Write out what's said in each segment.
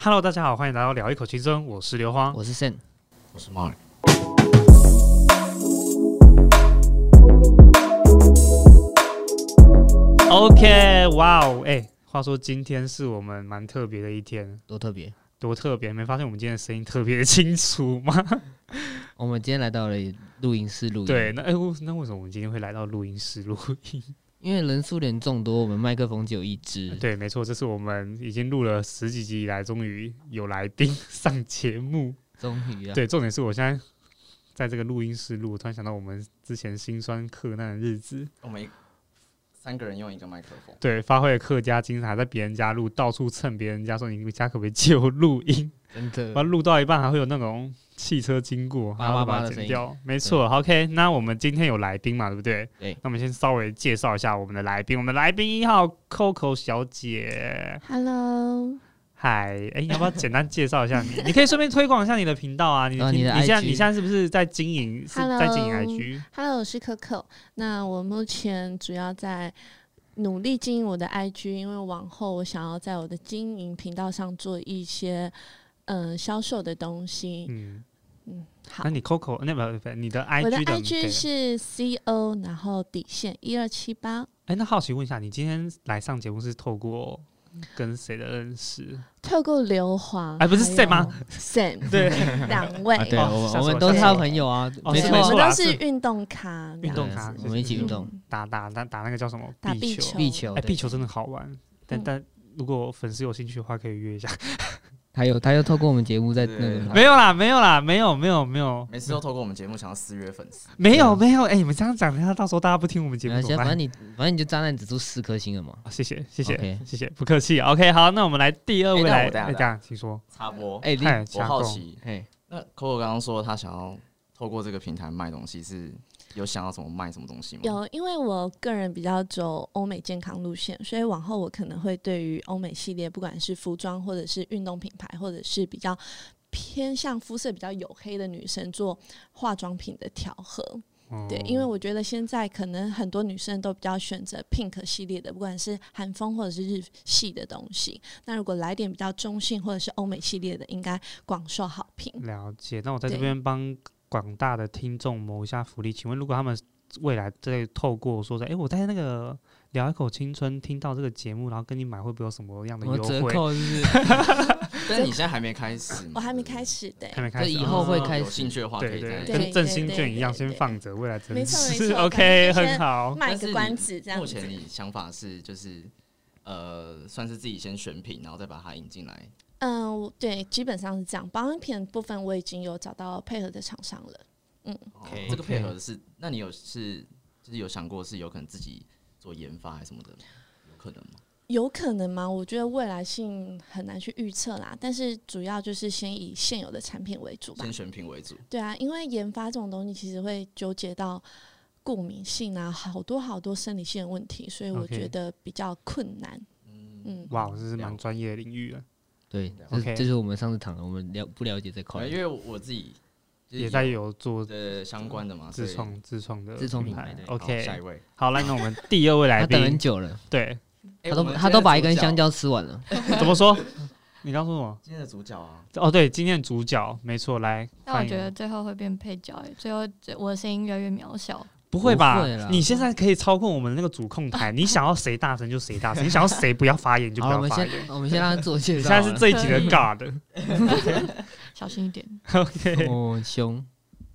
Hello，大家好，欢迎来到聊一口青春，我是刘荒。我是 Sen，我是 Mark。 OK，哇哦，哎，话说今天是我们蛮特别的一天，多特别。多特别！没发现我们今天的声音特别清楚吗？我们今天来到了录音室录音，对，，那哎、为那为什么我们今天会来到录音室录音？因为人数点众多，我们麦克风只有一支，对，没错，这是我们已经录了十几集以来，终于有来宾上节目。终于啊，对，重点是我现在在这个录音室录，我突然想到我们之前辛酸克难的日子，我们一三个人用一个麦克风，对，发挥了客家精神，还在别人家录，到处蹭别人家说你们家可不可以借我录音？真的然后录到一半还会有那种汽车经过，叭然后叭叭把它的声剪音掉。没错好，OK，那我们今天有来宾嘛，对不对？对那我们先稍微介绍一下我们的来宾，我们的来宾一号 Coco 小姐， Hello，嗨，哎、你要不要简单介绍一下 你？你可以顺便推广一下你的频道啊，你哦频你的你现在 IG 你现在是不是在经营？是在经营 Hello IG？ Hello，我是可可。那我目前主要在努力经营我的 IG，因为往后我想要在我的经营频道上做一些嗯销、售的东西。嗯，嗯，好那。你 Coco 那不不，你的我 IG 的的 IG 对是 CO，然后底线一二七八，哎、那好奇问一下，你今天来上节目是透过跟谁的认识？透过刘华，哎不是 Sam 吗 s a m 对，两位啊，，对，哦我吓死我们我们都是吓死他我朋友啊，哦没对是错没我错错，啊都是是运动咖这样子，运动咖我们一起运动嗯打打打打那个叫什么打壁壁球？球壁球，哎、哦对壁球真的好玩，但、嗯但如果粉丝有兴趣的话，可以约一下。还有他又透过我们节目在那个对他没有啦，没有啦，没有没有没有每次都透过我们节目想要私约粉丝，没有对没有，哎、你们这样讲，等一下到时候大家不听我们节没目关系怎啊么反办正？你反正你就炸弹指出四颗星了嘛。哦谢谢谢谢 OK 谢谢，不客气。OK，好，那我们来第二位哎那来，我等下哎等这样请说。插播。哎，你嗨我恰好贡奇，嘿，那 Coco 刚刚说他想要透过这个平台卖东西，是有想要怎么卖什么东西吗？有，因为我个人比较走欧美健康路线，所以往后我可能会对于欧美系列，不管是服装或者是运动品牌，或者是比较偏向肤色比较黝黑的女生做化妆品的调和。哦对，因为哦我觉得现在可能很多女生都比较选择 pink 系列的，不管是韩风或者是日系的东西。那如果来点比较中性或者是欧美系列的，应该广受好评。嗯了解，那我在这对边帮广大的听众谋一下福利。请问，如果他们未来在透过说在，哎、我在那个聊一口青春听到这个节目，然后跟你买，会不会有什么样的我优折惠？扣 是不是？但是你现在还没开始嘛，我还没开始，始，对还，没开始，以后会哦开始有兴趣的话可对以对，再对跟振兴对券一样，对先对放着，未来真没错没是错 OK，反正就很先好。卖哦但是个你关子这样目子。前你想法是就是呃，算是自己先选品，然后再把它引进来。嗯，我对，基本上是这样。保养品的部分我已经有找到配合的厂商了。哦这个配合是，那你有是就是有想过是有可能自己做研发还是什么的，嗯有可能吗？有可能吗？我觉得未来性很难去预测啦，但是主要就是先以现有的产品为主吧先。选品为主，对啊，因为研发这种东西其实会纠结到过敏性啊，好多好多生理性的问题，所以我 OK 觉得比较困难。嗯，哇，这是了蛮专业的领域了，对，这 OK 这就是我们上次谈的，我们了不了解这块对，因。为我自己就是也在有做呃相关的嘛，所自以哎创自创的自创品品牌对好下一 OK，位，好，来，那我们第二位来 他等很宾，久了，对，他哎我都们他都把一今天根香的主角蕉吃完了。怎么说？你刚说什么？今天的主角啊，哦，对，今天的主角没错，来，但我欢迎觉得最后会变配角欸，最后这我的声音越来越 渺小。不会会吧啦？你现在可以操控我们那个主控台，你想要谁大声就谁大声，你想要谁不要发言就不好，我要们发先言。我们先让他自我介你绍现好在了。是这一集的 God，小心一点。 哦，很凶，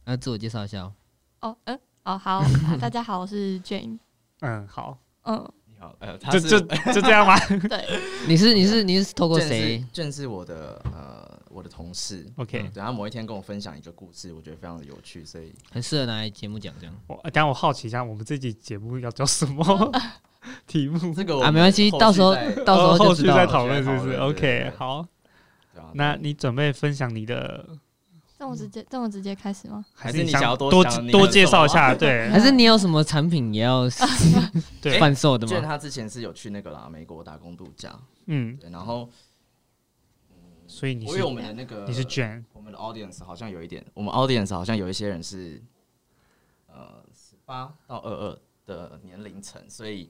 那自我介绍一下哦。哦，嗯，哦，好， 大家好，我是 Jane。嗯，好，嗯，你好，呃，就就就这样吧。对，你是你是你是透过正谁是？正是我的呃我的同事 OK 嗯对他某一天跟我分享一个故事，我觉得非常的有趣，所以很适合拿来节目讲这样。我呃等下我好奇一下，我们这集节目要叫什 么题目？这个啊没关系到时候到时候哦后就续知道再了。讨论是不后续是再讨论对对？OK，啊对好，那那你准备分享你的，这么直接，这么直接开始吗？还是你想想要多多多想你多的介什绍么一啊下？对还是你有什么产品也要对，贩售的就吗？他之前是有去那个啦美国打工度假，嗯，对，然后所以你我有呃是我们的那个你是 Jane，我们的 audience 好像有一点，我们 audience 好像有一些人是呃十八到二二的年龄层，所以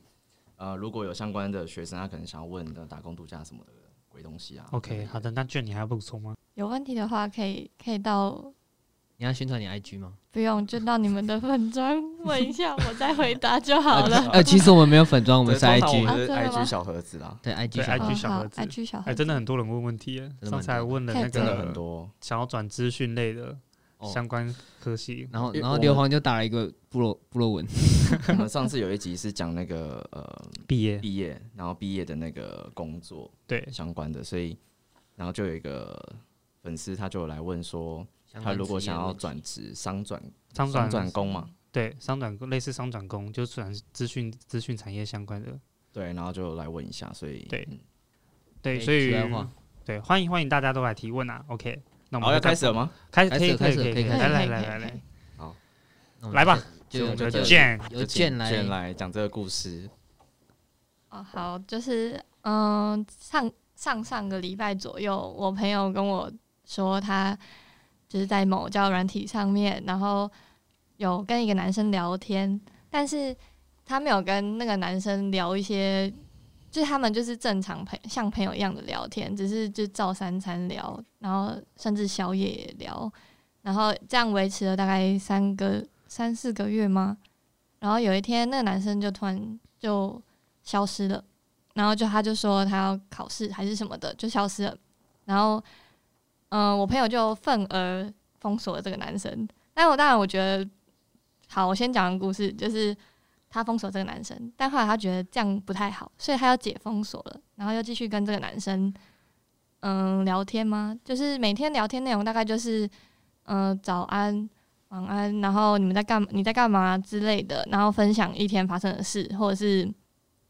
呃如果有相关的学生，他可能想要问的打工度假什么的鬼东西啊。 OK，好的，那卷你还要补充 吗？有问题的话可以可以到你要宣传你 IG 吗？不用就到你们的粉砖问一 下，我再回答就好了。啊呃，其实我们没有粉妆，我我们是我 IG，们是啊真的吗 IG 小盒子啦，对 IG 对小 IG 号好小哦好盒子，IG 小盒哎、子，真的很多人问问题耶，真的蛮上次还问了那多的真的个很多。想要转资讯类的哦相关科系，然后因为然后我们硫磺就打了一个部落部落文，我们上次有一集是讲那个呃毕业毕业，然后毕业的那个工作对相关的，所以然后就有一个粉丝他就有来问说，他如果想要转职商转商商转转工嘛，对商转工类似商转工，就是转资讯资讯产业相关的。对，然后就来问一下，所以对嗯对，哎所以题外话对欢迎欢迎大家都来提问啊。OK，那我们好要就再开始了吗？开开可以始可以开始可以可以来开始来来可以来可以来那我们来吧，就，我就们就就见由剑来卷来讲这个故事，哦，好，就是嗯、上上上个礼拜左右，我朋友跟我说，他就是在某交友软体上面，然后有跟一个男生聊天，但是他没有跟那个男生聊一些，就是他们就是正常朋像朋友一样的聊天，只是就照三餐聊，然后甚至宵夜也聊，然后这样维持了大概三个三四个月吗？然后有一天，那个男生就突然就消失了，然后就他就说他要考试还是什么的，就消失了。然后，嗯、我朋友就愤而封锁了这个男生。但我当然我觉得，好，我先讲个故事，就是他封锁这个男生，但后来他觉得这样不太好，所以他要解封锁了，然后又继续跟这个男生，嗯、聊天吗？就是每天聊天内容大概就是，嗯、早安。晚安，然后你们在干嘛？你在干嘛之类的，然后分享一天发生的事，或者是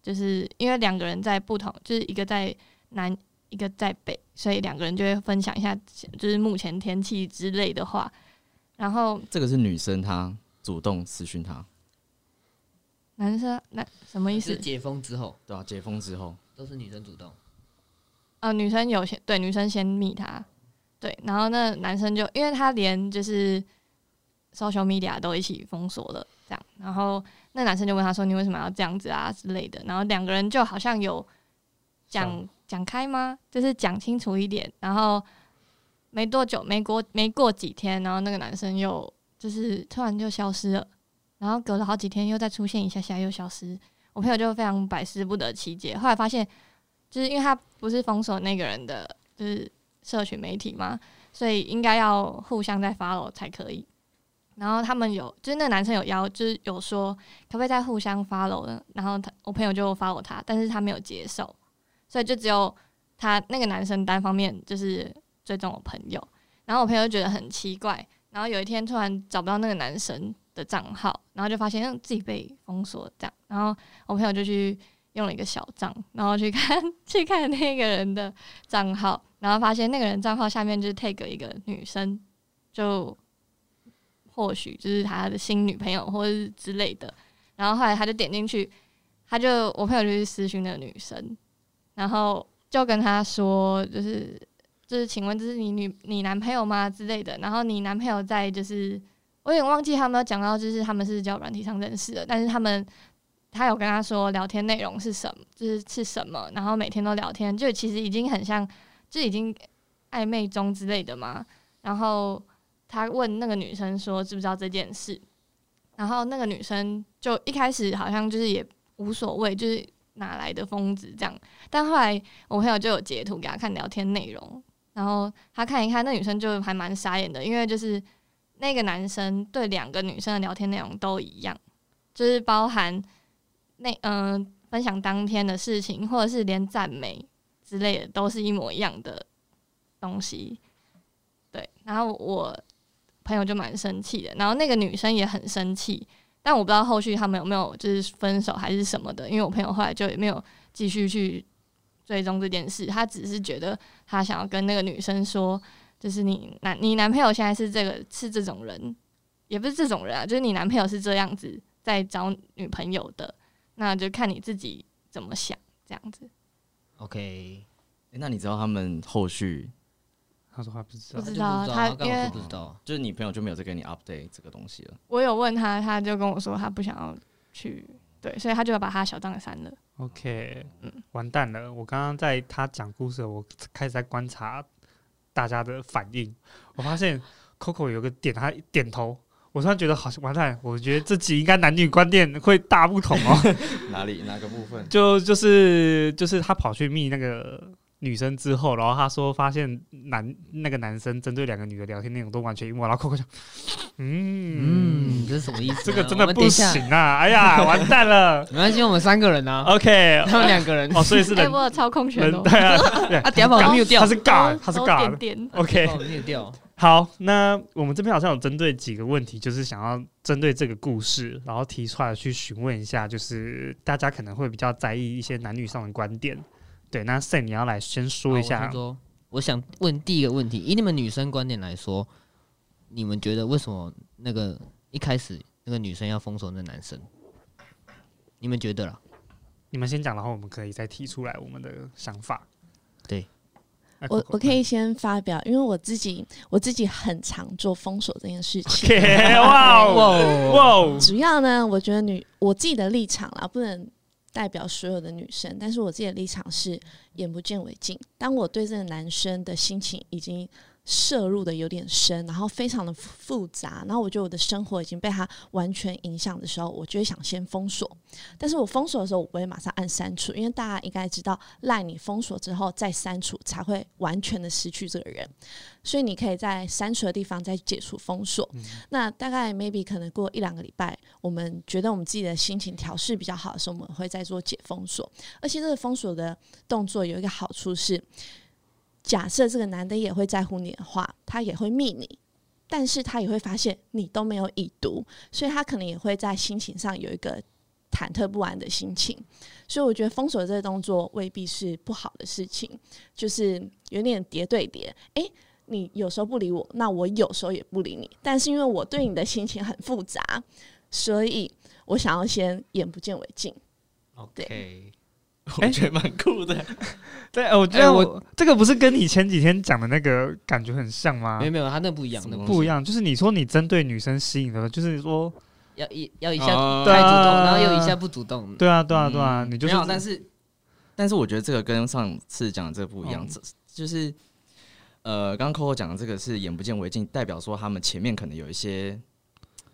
就是因为两个人在不同，就是一个在南，一个在北，所以两个人就会分享一下，就是目前天气之类的话。然后这个是女生她主动私讯他，男生那什么意是思？解封之后对啊，解封之后，都是女生主动，呃，女生有先对女生先密他，对，然后那男生就因为他连就是 social media 都一起封锁了，这样，然后那男生就问他说：“你为什么要这样子啊？”之类的，然后两个人就好像有讲讲开吗？就是讲清楚一点，然后没多久，没过没过几天，然后那个男生又就是突然就消失了，然后隔了好几天又再出现一下下又消失，我朋友就非常百思不得其解，后来发现。就是因为他不是封锁那个人的，就是社群媒体嘛，所以应该要互相在 follow 才可以。然后他们有，就是那个男生有邀，就是有说可不可以再互相 follow 呢？然后他我朋友就 follow 他，但是他没有接受，所以就只有他那个男生单方面就是追踪我朋友。然后我朋友就觉得很奇怪，然后有一天突然找不到那个男生的账号，然后就发现嗯自己被封锁这样，然后我朋友就去用了一个小账，然后去看 去看那个人的账号，然后发现那个人账号下面就是 tag 一个女生，就或许就是他的新女朋友或者是之类的。然后后来他就点进去，他就我朋友就去私讯那个女生，然后就跟他说，就是就是请问这是你女你男朋友吗之类的。然后你男朋友在就是我有点忘记他们有讲到，就是他们是交友软体上认识的，但是他们他有跟他说聊天内容是什么，就是是什么，然后每天都聊天，就其实已经很像，就已经暧昧中之类的嘛。然后他问那个女生说知不知道这件事，然后那个女生就一开始好像就是也无所谓，就是哪来的疯子这样。但后来我朋友就有截图给他看聊天内容，然后他看一看，那女生就还蛮傻眼的，因为就是那个男生对两个女生的聊天内容都一样，就是包含。那嗯、呃分享当天的事情，或者是连赞美之类的，都是一模一样的东西。对，然后我朋友就蛮生气的，然后那个女生也很生气，但我不知道后续他们有没有就是分手还是什么的，因为我朋友后来就也没有继续去追踪这件事，他只是觉得他想要跟那个女生说，就是你男你男朋友现在是这个是这种人，也不是这种人啊，就是你男朋友是这样子在找女朋友的，那就看你自己怎么想，这样子。 OK，诶那你知道他们后续他说他不知不道知道啊他根因为本不知啊道，就是你朋友就没有再给你 update 这个东西了？我有问他，他就跟我说他不想要去对，所以他就把他小账给删了。 OK，嗯完蛋了！我刚刚在他讲故事，我开始在观察大家的反应，我发现 Coco 有个点，他点头，我突然觉得好像完蛋，我觉得这集应该男女观念会大不同哦。哪里哪个部分？就就是就是他跑去密那个女生之后，然后他说发现男那个男生针对两个女的聊天内容都完全一模，然后 Coco 就嗯嗯，这是什么意思呢？这个真我的们不等一下。行啊！哎呀，完蛋了 没关系，我们三个人啊， OK，他们两个人哦，所以是哎、人我有操控权人哦，对啊，啊，等一下把我 mute 掉他，是尬，他是都尬点的。点 OK，把我 mute 掉。好，那我们这边好像有针对几个问题，就是想要针对这个故事，然后提出来去询问一下，就是大家可能会比较在意一些男女上的观点。对，那 Sam 你要来先说一好我下先，说我想问第一个问题，以你们女生观点来说，你们觉得为什么那个一开始那个女生要封锁那男生？你们觉得啦？你们先讲，然后我们可以再提出来我们的想法。对那 Coco，我我可 以先发表，因为我自己我自己很常做封锁这件事情。 OK，哇哦哇，哇哦，主要呢，我觉得女我自己的立场啦，不能代表所有的女生，但是我自己的立场是眼不见为净。当我对这个男生的心情已经摄入的有点深，然后非常的复杂，然后我觉得我的生活已经被他完全影响的时候，我就会想先封锁。但是我封锁的时候，我不会马上按删除，因为大家应该知道，赖你封锁之后再删除才会完全的失去这个人，所以你可以在删除的地方再解除封锁。那大概 maybe 可能过一两个礼拜，我们觉得我们自己的心情调试比较好的时候，我们会再做解封锁。而且这个封锁的动作有一个好处是，假设这个男的也会在乎你的话，他也会密你。但是他也会发现你都没有已读，所以他可能也会在心情上有一个忐忑不安的心情。所以我觉得封锁这个动作未必是不好的事情，就是有点叠对叠。诶，你有时候不理我，那我有时候也不理你，但是因为我对你的心情很复杂，所以我想要先眼不见为净。 OK，我觉得蛮酷的。对，呃我觉哎得我我这个不是跟你前几天讲的那个感觉很像吗没？有没有，他那不一样，什么那东西不一样，就是你说你针对女生吸引的，就是说，要一要一下嗯哦对太主动，啊然后又一下不主动。对啊，对啊，对啊，你就是没有，但是但是我觉得这个跟上次讲的这个不一样，嗯这就是呃，刚刚 Coco 讲的这个是眼不见为净，代表说他们前面可能有一些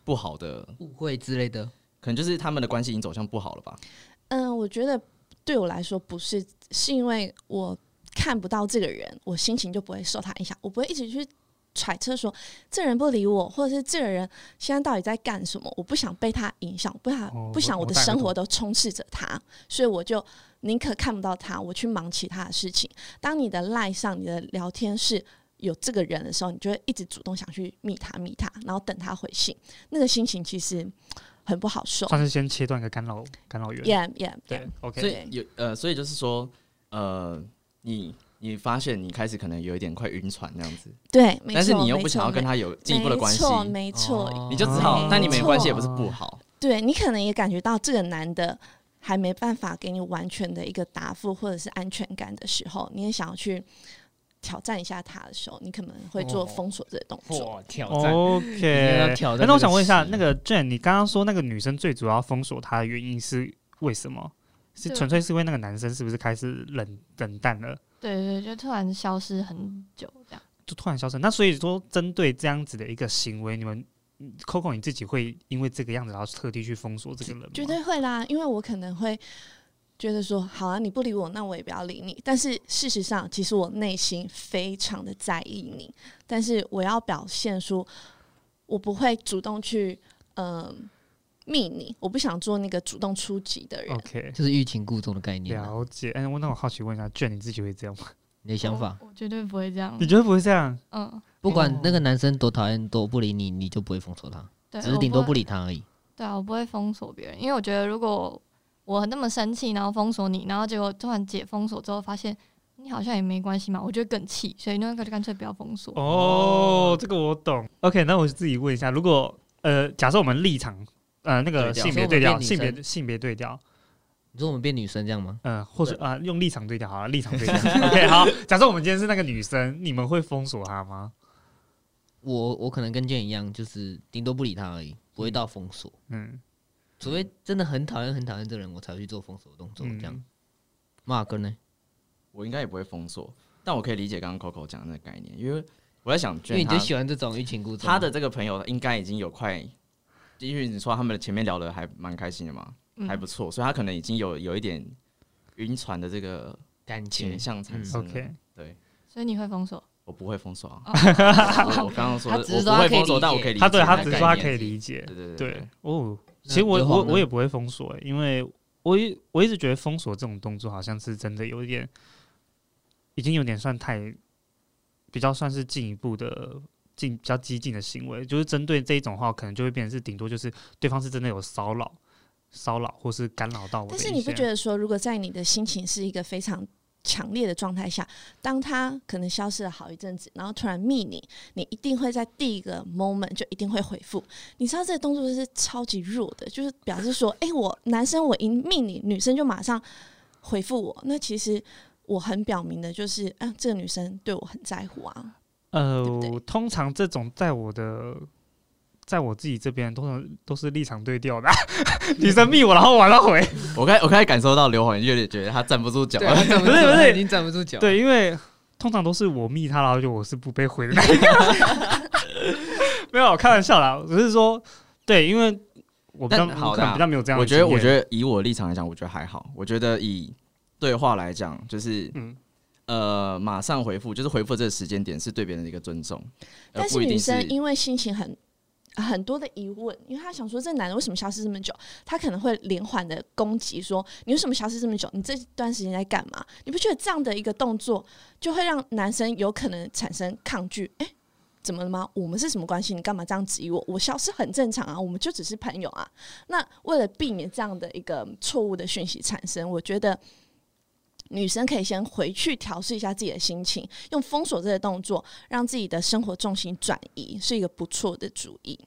不好的，误会之类的，可能就是他们的关系已经走向不好了吧？嗯，我觉得对我来说不是，是因为我看不到这个人，我心情就不会受他影响，我不会一直去揣测说这人不理我，或者是这个人现在到底在干什么，我不想被他影响，我不想、哦不想我我的我大概生懂活都充斥着他，所以我就宁可看不到他，我去忙其他的事情。当你的赖上你的聊天室。有这个人的时候，你就会一直主动想去密他、密他，然后等他回信，那个心情其实嗯很不好受。算是先切断一个干扰干扰源。 Yeah, yeah, yeah. 对，OK，所以有呃，所以就是说呃，你你发现你开始可能有一点快晕船那样子，对，没但是错你又没不想错要跟没他有进一步的关系没，错，没错。你就只哦嗯好，但你们没关系错也不是不好，对你可能也感觉到这个男的还没办法给你完全的一个答复或者是安全感的时候，你也想要去挑战一下他的时候，你可能会做哦封锁这个动作。哦哇挑战，定要 OK，挑哎战那我想这个问一下，词那个 Jane，你刚刚说那个女生最主要封锁他的原因是为什么？是对纯粹是因为那个男生是不是开始冷冷淡了，对对，就突然消失很久这样。就突然消失？那所以说，针对这样子的一个行为，你们嗯 Coco 你自己会因为这个样子，然后特地去封锁这个人吗？绝对会啦，因为我可能会觉得说，好啊，你不理我，那我也不要理你。但是事实上，其实我内心非常的在意你，但是我要表现出我不会主动去嗯、密你，我不想做那个主动出击的人。 OK，就是欲擒故纵的概念啊。了解。哎，我那我好奇问一下，Jane 你自己会这样吗？你的想法，我，我绝对不会这样你。觉得不会这样？嗯，不哦管那个男生多讨厌、多不理你，你就不会封锁他，对，只是哎我顶多会不理他而已。对啊，我不会封锁别人，因为我觉得如果我那么生气，然后封锁你，然后结果突然解封锁之后，发现你好像也没关系嘛，我就会更气，所以那个就干脆不要封锁。哦，这个我懂。OK，那我自己问一下，如果呃，假设我们立场呃那个对调性别所对以我调，们变女性别生性别对调，你说我们变女生这样吗？呃，或者啊、用立场对调好了，立场对 调。OK，好，假设我们今天是那个女生，你们会封锁她吗？我我可能跟建一样，就是顶多不理他而已，不会到封锁。嗯，除非真的很讨厌很讨厌这个人，我才会去做封锁动作。这样嗯，马哥呢？我应该也不会封锁，但我可以理解刚刚 Coco 讲的那个概念，因为我在想，因为你他就喜欢这种欲擒故纵。他的这个朋友应该已经有快，因为你说他们前面聊的还蛮开心的嘛，嗯还不错，所以他可能已经有有一点晕船的这个感情嗯倾，向产生了。 OK，对所以你会封锁？我不会封锁啊， 哦我我刚刚说他的只是我说他不会可以封理锁，解但我可以理解他对他那只个是说概他念可以理解，对对对对，哦，那其实我刘皇我呢我也不会封锁、欸，因为我一我一直觉得封锁这种动作好像是真的有一点，已经有点算太比较算是进一步的进比较激进的行为，就是针对这一种话，可能就会变成是顶多就是对方是真的有骚扰、骚扰或是干扰到我的但一些。是你不觉得说，如果在你的心情是一个非常强烈的状态下，当他可能消失了好一阵子，然后突然密你，你一定会在第一个 moment 就一定会回复。你知道这个动作是超级弱的，就是表示说，哎、我男生我一密你，女生就马上回复我。那其实我很表明的就是，啊，这个女生对我很在乎啊。呃，对不对通常这种在我的。在我自己这边，通常都是立场对调的、啊 女 生密我，然后我要回。我开我开始感受到刘宏有点觉得他站不住脚对，啊了。他站不是住不他是已经站不住脚。，对，因为通常都是我密他，然后就我是不被回的那一个。 没有，开玩笑啦，只是说，对，因为我比较但好我啦可能比较没有这样我的觉经得，验。我觉得以我的立场来讲，我觉得还好。我觉得以对话来讲，就是嗯呃，马上回复，就是回复这个时间点是对别人的一个尊重，而但不是一女定是生因为心情很很多的疑问，因为她想说这男的为什么消失这么久，她可能会连环的攻击说你为什么消失这么久？你这段时间在干嘛？你不觉得这样的一个动作就会让男生有可能产生抗拒？诶，怎么了吗？我们是什么关系？你干嘛这样质疑我？我消失很正常啊，我们就只是朋友啊。那为了避免这样的一个错误的讯息产生，我觉得女生可以先回去调试一下自己的心情，用封锁这个动作，让自己的生活重心转移，是一个不错的主意。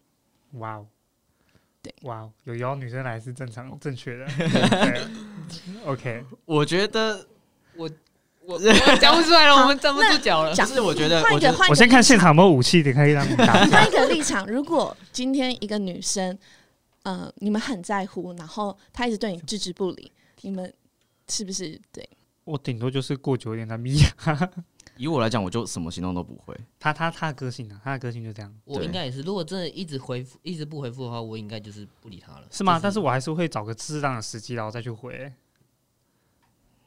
哇哦，对，哦哇哦，有邀女生来是正常正确 的。对 OK，我觉得，我我 讲不出来了，我们站不住脚了。讲嗯就是呃我觉得，换我一觉个，得换我一先个，看现场有没有武器，你可以让你打。 换一个立场。如果今天一个女生，呃，你们很在乎，然后她一直对你置之不理，你们是不是对？我顶多就是过久一点再眯。以我来讲，我就什么行动都不会。他他他的个性啊，他的个性就这样，我对应该也是，如果真的一直回复，一直不回复的话，我应该就是不理他了。是吗？就但是我还是会找个适当的时机，然后再去回、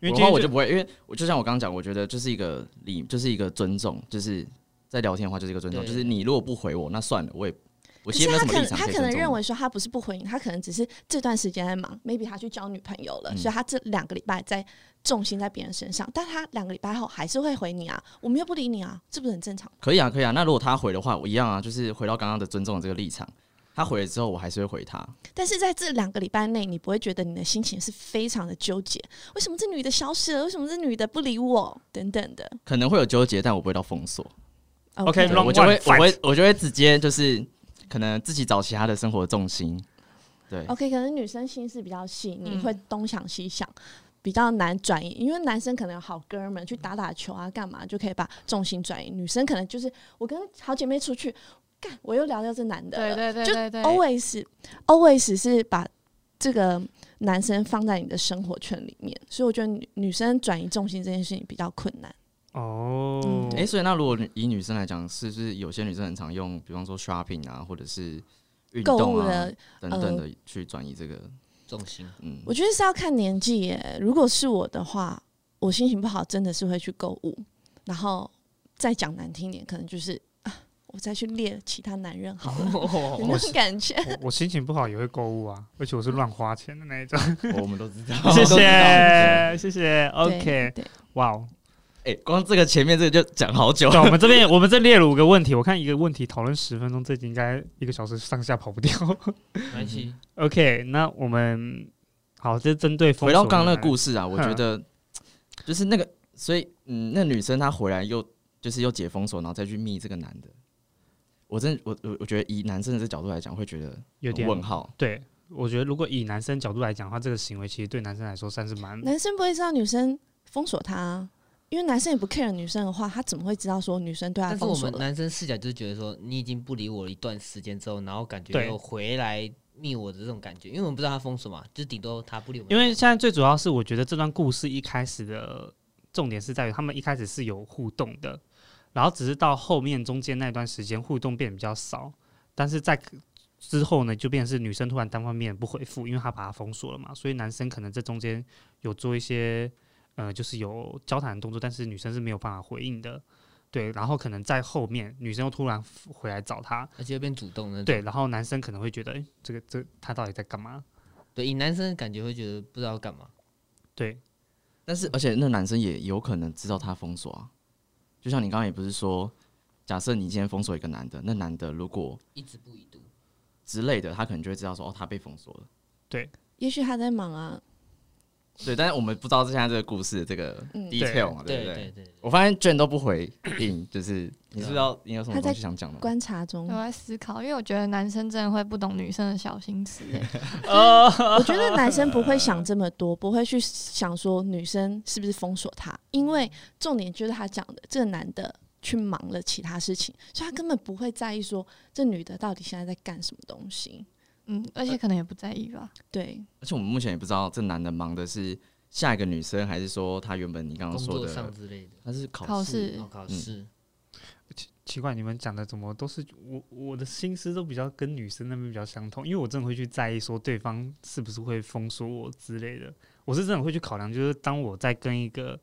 因为我今的话天我就不会，因为我就像我刚刚讲，我觉得就是一个礼，就是一个尊重，就是在聊天的话就是一个尊重，对就是你如果不回我，那算了，我也我可其实是没有什么她可立能，场她以可尊能重认你为说她不是不回应，她可能只是这段时间在忙，maybe 她去交女朋友了，嗯所以她这两个礼拜在重心在别人身上，但她两个礼拜后还是会回你啊，我们又不理你啊，这不是很正常吗？可以啊，可以啊。那如果他回的话，我一样啊，就是回到刚刚的尊重的这个立场。他回了之后，我还是会回他。但是在这两个礼拜内，你不会觉得你的心情是非常的纠结，为什么这女的消失了？为什么这女的不理我？等等的。可能会有纠结，但我不会到封锁。 OK，对 Round 我就 one，会我 fight 会我就会直接就是可能自己找其他的生活重心。对 OK，可能女生心思比较细腻，嗯会东想西想，比较难转移。因为男生可能有好哥们去打打球啊，干嘛就可以把重心转移。女生可能就是我跟好姐妹出去，干我又聊到这男的了，对对对就对对， always always 是把这个男生放在你的生活圈里面，所以我觉得女女生转移重心这件事情比较困难。哦，嗯诶，所以那如果以女生来讲，是不是有些女生很常用，比方说 shopping 啊，或者是运购动物啊的呃等等的去转移这个？重心。嗯，我觉得是要看年纪耶。如果是我的话，我心情不好，真的是会去购物，然后再讲难听点，可能就是、啊我再去猎其他男人好 了，有那种感觉。我我心情不好也会购物啊，而且我是乱花钱的那一种。我们都知道 谢都知道对谢谢谢对，OK，对，哇哦！哎、光这个前面这个就讲好久对，。我们这边我们这列了五个问题，我看一个问题讨论十分钟，这集应该一个小时上下跑不掉。没关系， OK，那我们好，这是针对回到刚刚那个故事，事啊，我嗯觉得就是那个，所以嗯，那女生她回来又就是又解封锁，然后再去密这个男的，我真我我我觉得以男生的这角度来讲，会觉得有很点问号。对。我觉得，如果以男生角度来讲的话，这个行为其实对男生来说算是蛮……男生不会知道女生封锁他、啊，因为男生也不 care 女生的话，他怎么会知道说女生对他但是封我锁们了？男生视角就是觉得说，你已经不理我一段时间之后，然后感觉对又回来密我的这种感觉，因为我们不知道他封锁嘛，就是顶多他不理我们。因为现在最主要是，我觉得这段故事一开始的重点是在于他们一开始是有互动的，然后只是到后面中间那段时间互动变得比较少，但是在之后呢，就变成是女生突然单方面不回复，因为她把她封锁了嘛，所以男生可能这中间有做一些呃，就是有交谈的动作，但是女生是没有办法回应的。对，然后可能在后面女生又突然回来找他，而且又变主动那种。对，然后男生可能会觉得，哎，这个这他到底在干嘛？对，以男生的感觉会觉得不知道干嘛。对，但是而且那男生也有可能知道他封锁啊，就像你刚刚也不是说，假设你今天封锁一个男的，那男的如果一直不已读，之类的，他可能就会知道说哦，他被封锁了。也许他在忙啊，对，但是我们不知道现在这个故事的这个嗯 detail 嘛，对对不对？对对，我发现卷都不回应，就是你是不是要你有什么他在东西想讲的吗？观察中嗯啊我。在思考，因为我觉得男生真的会不懂女生的小心思欸耶。 我觉得男生不会想这么多，不会去想说女生是不是封锁他，因为重点就是他讲的，这个男的去忙了其他事情，所以他根本不会在意说这女的到底现在在干什么东西。嗯，而且可能也不在意吧。对，而且我们目前也不知道这男的忙的是下一个女生，还是说他原本你刚工刚说作的上之类的，他是考考试试然后考试，奇怪，你们讲的怎么都是我我的心思都比较跟女生那边比较相同，因为我真的会去在意说对方是不是会封锁我之类的，我是真的会去考量，就是当我在跟一个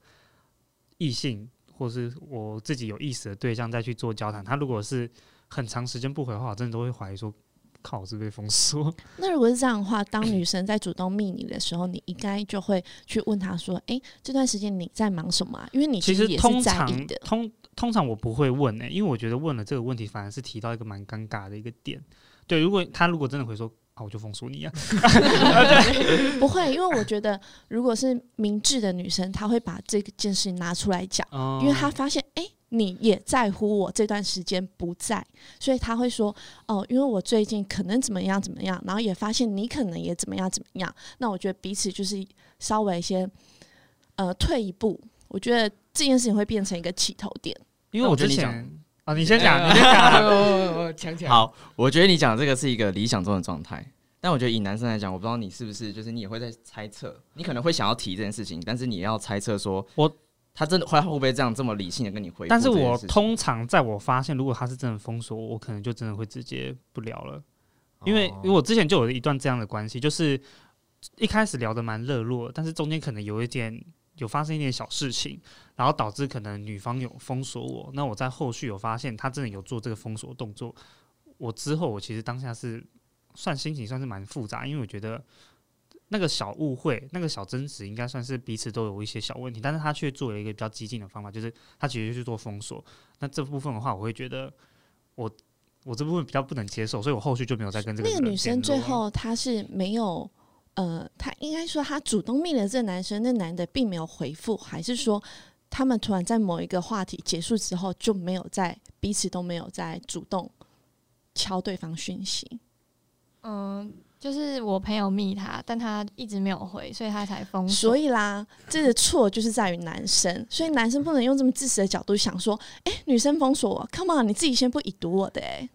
异性或是我自己有意思的对象再去做交谈，他如果是很长时间不回的话，我真的都会怀疑说，靠，我是被封锁。那如果是这样的话，当女生在主动密你的时候，你应该就会去问她说：“诶，这段时间你在忙什么、啊？”因为你其实实也通是在常意的。通通常我不会问呢、因为我觉得问了这个问题反而是提到一个蛮尴尬的一个点。对，如果他如果真的回说啊，我就封锁你啊，不会，因为我觉得如果是明智的女生，她会把这件事情拿出来讲，哦因为她发现，哎、你也在乎我这段时间不在，所以她会说，哦，因为我最近可能怎么样怎么样，然后也发现你可能也怎么样怎么样，那我觉得彼此就是稍微先呃退一步，我觉得这件事情会变成一个起头点。因为那我我之觉得你前讲啊，你先讲，你先哎讲。呦哎 呦强强好，我觉得你讲这个是一个理想中的状态，但我觉得以男生来讲，我不知道你是不是，就是你也会在猜测，你可能会想要提这件事情，但是你也要猜测说，我他真的会会不会这样这么理性的跟你回复但这是件事情？我通常在我发现，如果他是真的封锁我，我可能就真的会直接不聊了，因为哦哦因为我之前就有一段这样的关系，就是一开始聊得蛮热络，但是中间可能有一点有发生一点小事情，然后导致可能女方有封锁我，那我在后续有发现他真的有做这个封锁动作，我之后我其实当下是算心情算是蛮复杂，因为我觉得那个小误会、那个小争执应该算是彼此都有一些小问题，但是他却做了一个比较激进的方法，就是他其实去做封锁。那这部分的话，我会觉得我我这部分比较不能接受，所以我后续就没有再跟这个那个人女生联最络了后她是没有，呃，她应该说她主动密了这个男生，那男的并没有回复，还是说他们突然在某一个话题结束之后就没有再彼此都没有再主动敲对方讯息？嗯，就是我朋友密他，但他一直没有回，所以他才封锁。所以啦，这个错就是在于男生，所以男生不能用这么自私的角度想说，哎、女生封锁我，come on，你自己先不已读我的、欸，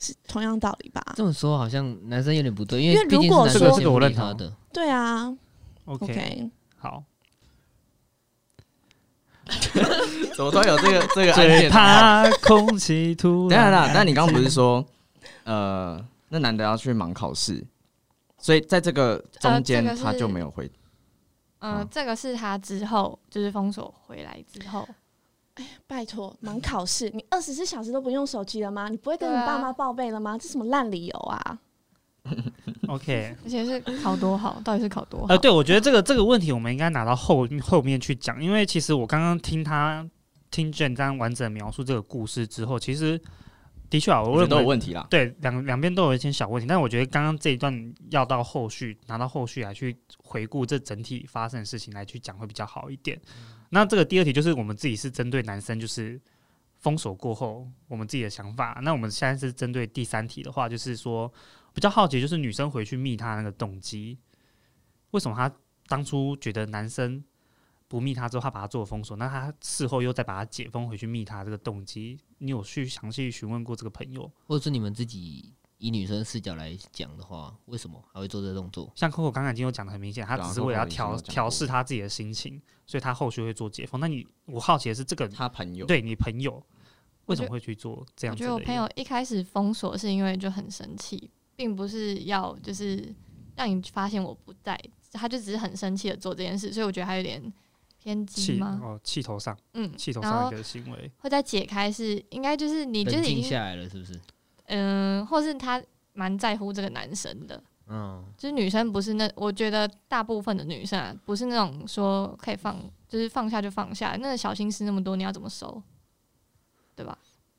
是同样道理吧？这么说好像男生有点不对，因因为为毕竟是如果男生说先不理他这的，对啊 OK，, ，OK，好，怎么都有这个这 个案最件啊。怕空气突 等一下，然等一下，但你刚刚不是说，呃，那男的要去忙考试，所以在这个中间呃这个是他就没有回。嗯，这个是他之后就是封锁回来之后，拜托，忙考试，你二十四小时都不用手机了吗？你不会跟你对啊爸妈报备了吗？这什么烂理由啊！ OK。而且是考多好，到底是考多好呃，？对，我觉得这个这个问题我们应该拿到后后面去讲，因为其实我刚刚听他听 Jane 这样完整描述这个故事之后，其实的确啊，我我觉认得都有为问题啦。对两两边都有一些小问题，但我觉得刚刚这一段要到后续拿到后续来去回顾这整体发生的事情来去讲会比较好一点。那这个第二题就是我们自己是针对男生，就是封锁过后我们自己的想法。那我们现在是针对第三题的话，就是说比较好奇，就是女生回去密他那个动机，为什么她当初觉得男生不密他之后，她把他做封锁，那她事后又再把他解封回去密他这个动机，你有去详细询问过这个朋友？或者是你们自己以女生视角来讲的话，为什么还会做这个动作？像 Coco 刚刚已经有讲的很明显，他对啊只是为了要 Coco 已经调有讲过调试他自己的心情，所以他后续会做解封。那你我好奇的是，这个他朋友对你朋友为我什觉么会去做这我样子的一觉得个？我朋友一开始封锁是因为就很生气，并不是要就是让你发现我不在，他就只是很生气的做这件事，所以我觉得他有点偏激气吗？哦，气头上，嗯，气头然上后的一个行为，会再解开是应该就是你就是冷静已经下来了，是不是？嗯、或是他蛮在乎这个男生的，嗯，就是女生不是那，我觉得大部分的女生啊，不是那种说可以放，就是放下就放下，那个小心思那么多，你要怎么收？对吧？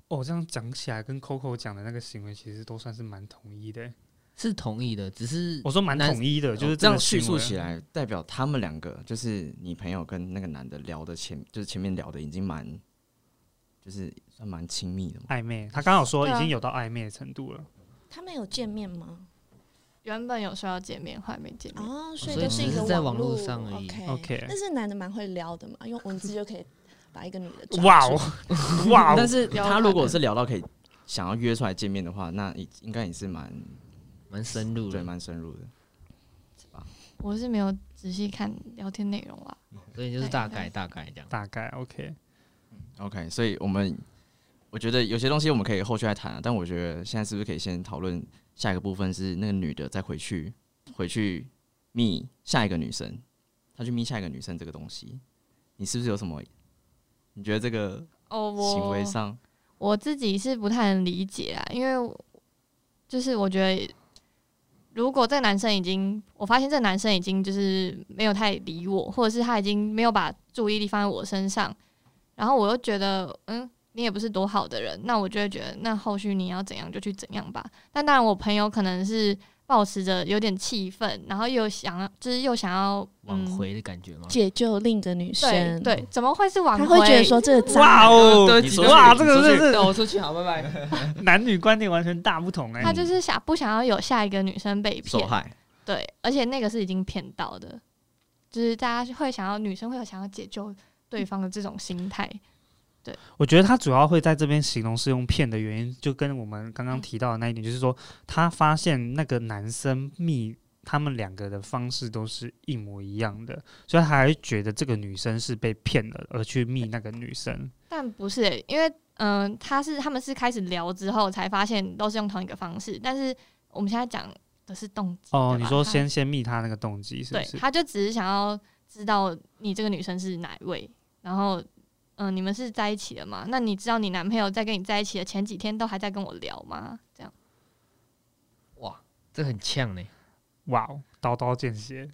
哦，这样讲起来跟 Coco 讲的那个行为其实都算是蛮统一的欸。是同意的，只是我说蛮男统一的，就是哦这样个叙行述为起来，代表他们两个就是你朋友跟那个男的聊的前，就是前面聊的已经蛮，就是算蛮亲密的嘛。暧昧。他刚好说对已啊经有到暧昧的程度了，他们有见面吗？原本有说要见面，后来没见面。哦，所以所以就是只一是个在网络络上而已 OK，, OK 但是男的蛮会撩的嘛，用文字就可以把一个女的抓哇住哦，嗯哇但哦，是聊他得如果很是聊到可以想要约出来见面的话，那也应该也是蛮蛮深入对的，蛮深入的。我是没有仔细看聊天内容啦，所以就是大概对大概这样。大概 OK。 OK，所以我们我觉得有些东西我们可以后续再谈、啊，但我觉得现在是不是可以先讨论下一个部分是那个女的再回去回去密下一个女生，她去密下一个女生这个东西，你是不是有什么？你觉得这个哦，行我为上，我自己是不太能理解啊，因为我就是我觉得，如果这个男生已经，我发现这个男生已经就是没有太理我，或者是他已经没有把注意力放在我身上，然后我又觉得，嗯，你也不是多好的人，那我就会觉得，那后续你要怎样就去怎样吧。但当然，我朋友可能是保持着有点气愤，然后又想要，就是又想要挽、嗯回的感觉吗？解救另一个女对生，，对，怎么会是挽他回？会觉得说这个哇渣哦对不起，哇，对不起这个真的我出去好，拜拜。是男女观点完全大不同哎他。就是想不想要有下一个女生被受骗，害，对，而且那个是已经骗到的，就是大家会想要女生会有想要解救对方的这种心态。我觉得他主要会在这边形容是用骗的原因，就跟我们刚嗯刚提到的那一点，就是说他发现那个男生密他们两个的方式都是一模一样的，所以他还觉得这个女生是被骗了，而去密那个女生。但不是欸、因为嗯、他是他们是开始聊之后才发现都是用同一个方式，但是我们现在讲的是动机哦，对吧你说他先先密他那个动机是不对，是？他就只是想要知道你这个女生是哪一位，然后嗯、呃你们是在一起了吗？那你知道你男朋友在跟你在一起的前几天都还在跟我聊吗？这样。哇，这很呛呢。哇哦，刀刀见血！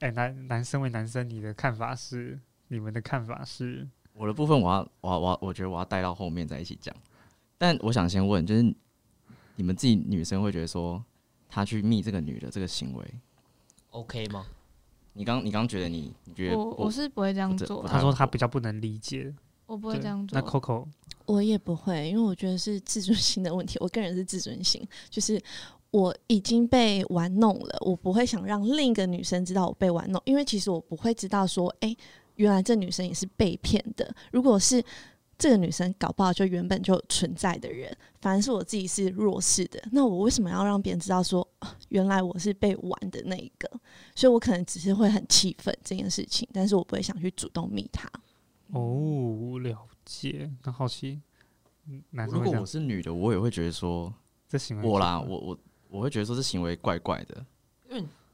哎、男男生为男生，你的看法是？你们的看法是？我的部分我要我要我要我觉得我要带到后面再一起讲，但我想先问，就是你们自己女生会觉得说，她去密这个女的这个行为， OK 吗？你刚你刚觉得你你觉得我我是不会这样不这做不啦，太他说他比较不能理解。我不会对这样那做。 Coco 我也不会，因为我觉得是自尊心的问题。我个人是自尊心，就是我已经被玩弄了，我不会想让另一个女生知道我被玩弄，因为其实我不会知道说，哎、原来这女生也是被骗的。如果是这个女生搞不好就原本就存在的人，反而是我自己是弱势的，那我为什么要让别人知道说，啊原来我是被玩的那一个？所以我可能只是会很气愤这件事情，但是我不会想去主动密他。哦，了解。那好奇，嗯男生如会这果我样是女的，我也会觉得说，这行为我是啦，吗我我我会觉得说这行为怪怪的。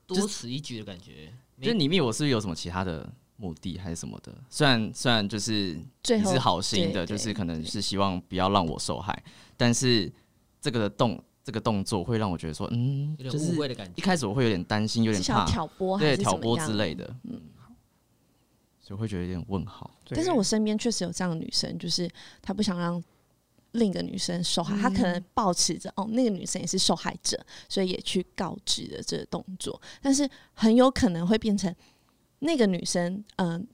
多此一举的感觉。就是你密我是不是有什么其他的目的还是什么的？虽然虽然就是最你后是好心对的，就是对可能对是希望不要让我受害，但是这个的动这个动作会让我觉得说，嗯，有就点是误会的感一觉。开始我会有点担心，有点是想怕要，挑拨还对是挑怎么拨样之类的，嗯所以会觉得有点问号。对但是我身边确实有这样的女生，就是她不想让另一个女生受害，她可嗯能抱持着哦，那个女生也是受害者，所以也去告知了这个动作，但是很有可能会变成那个女生，嗯、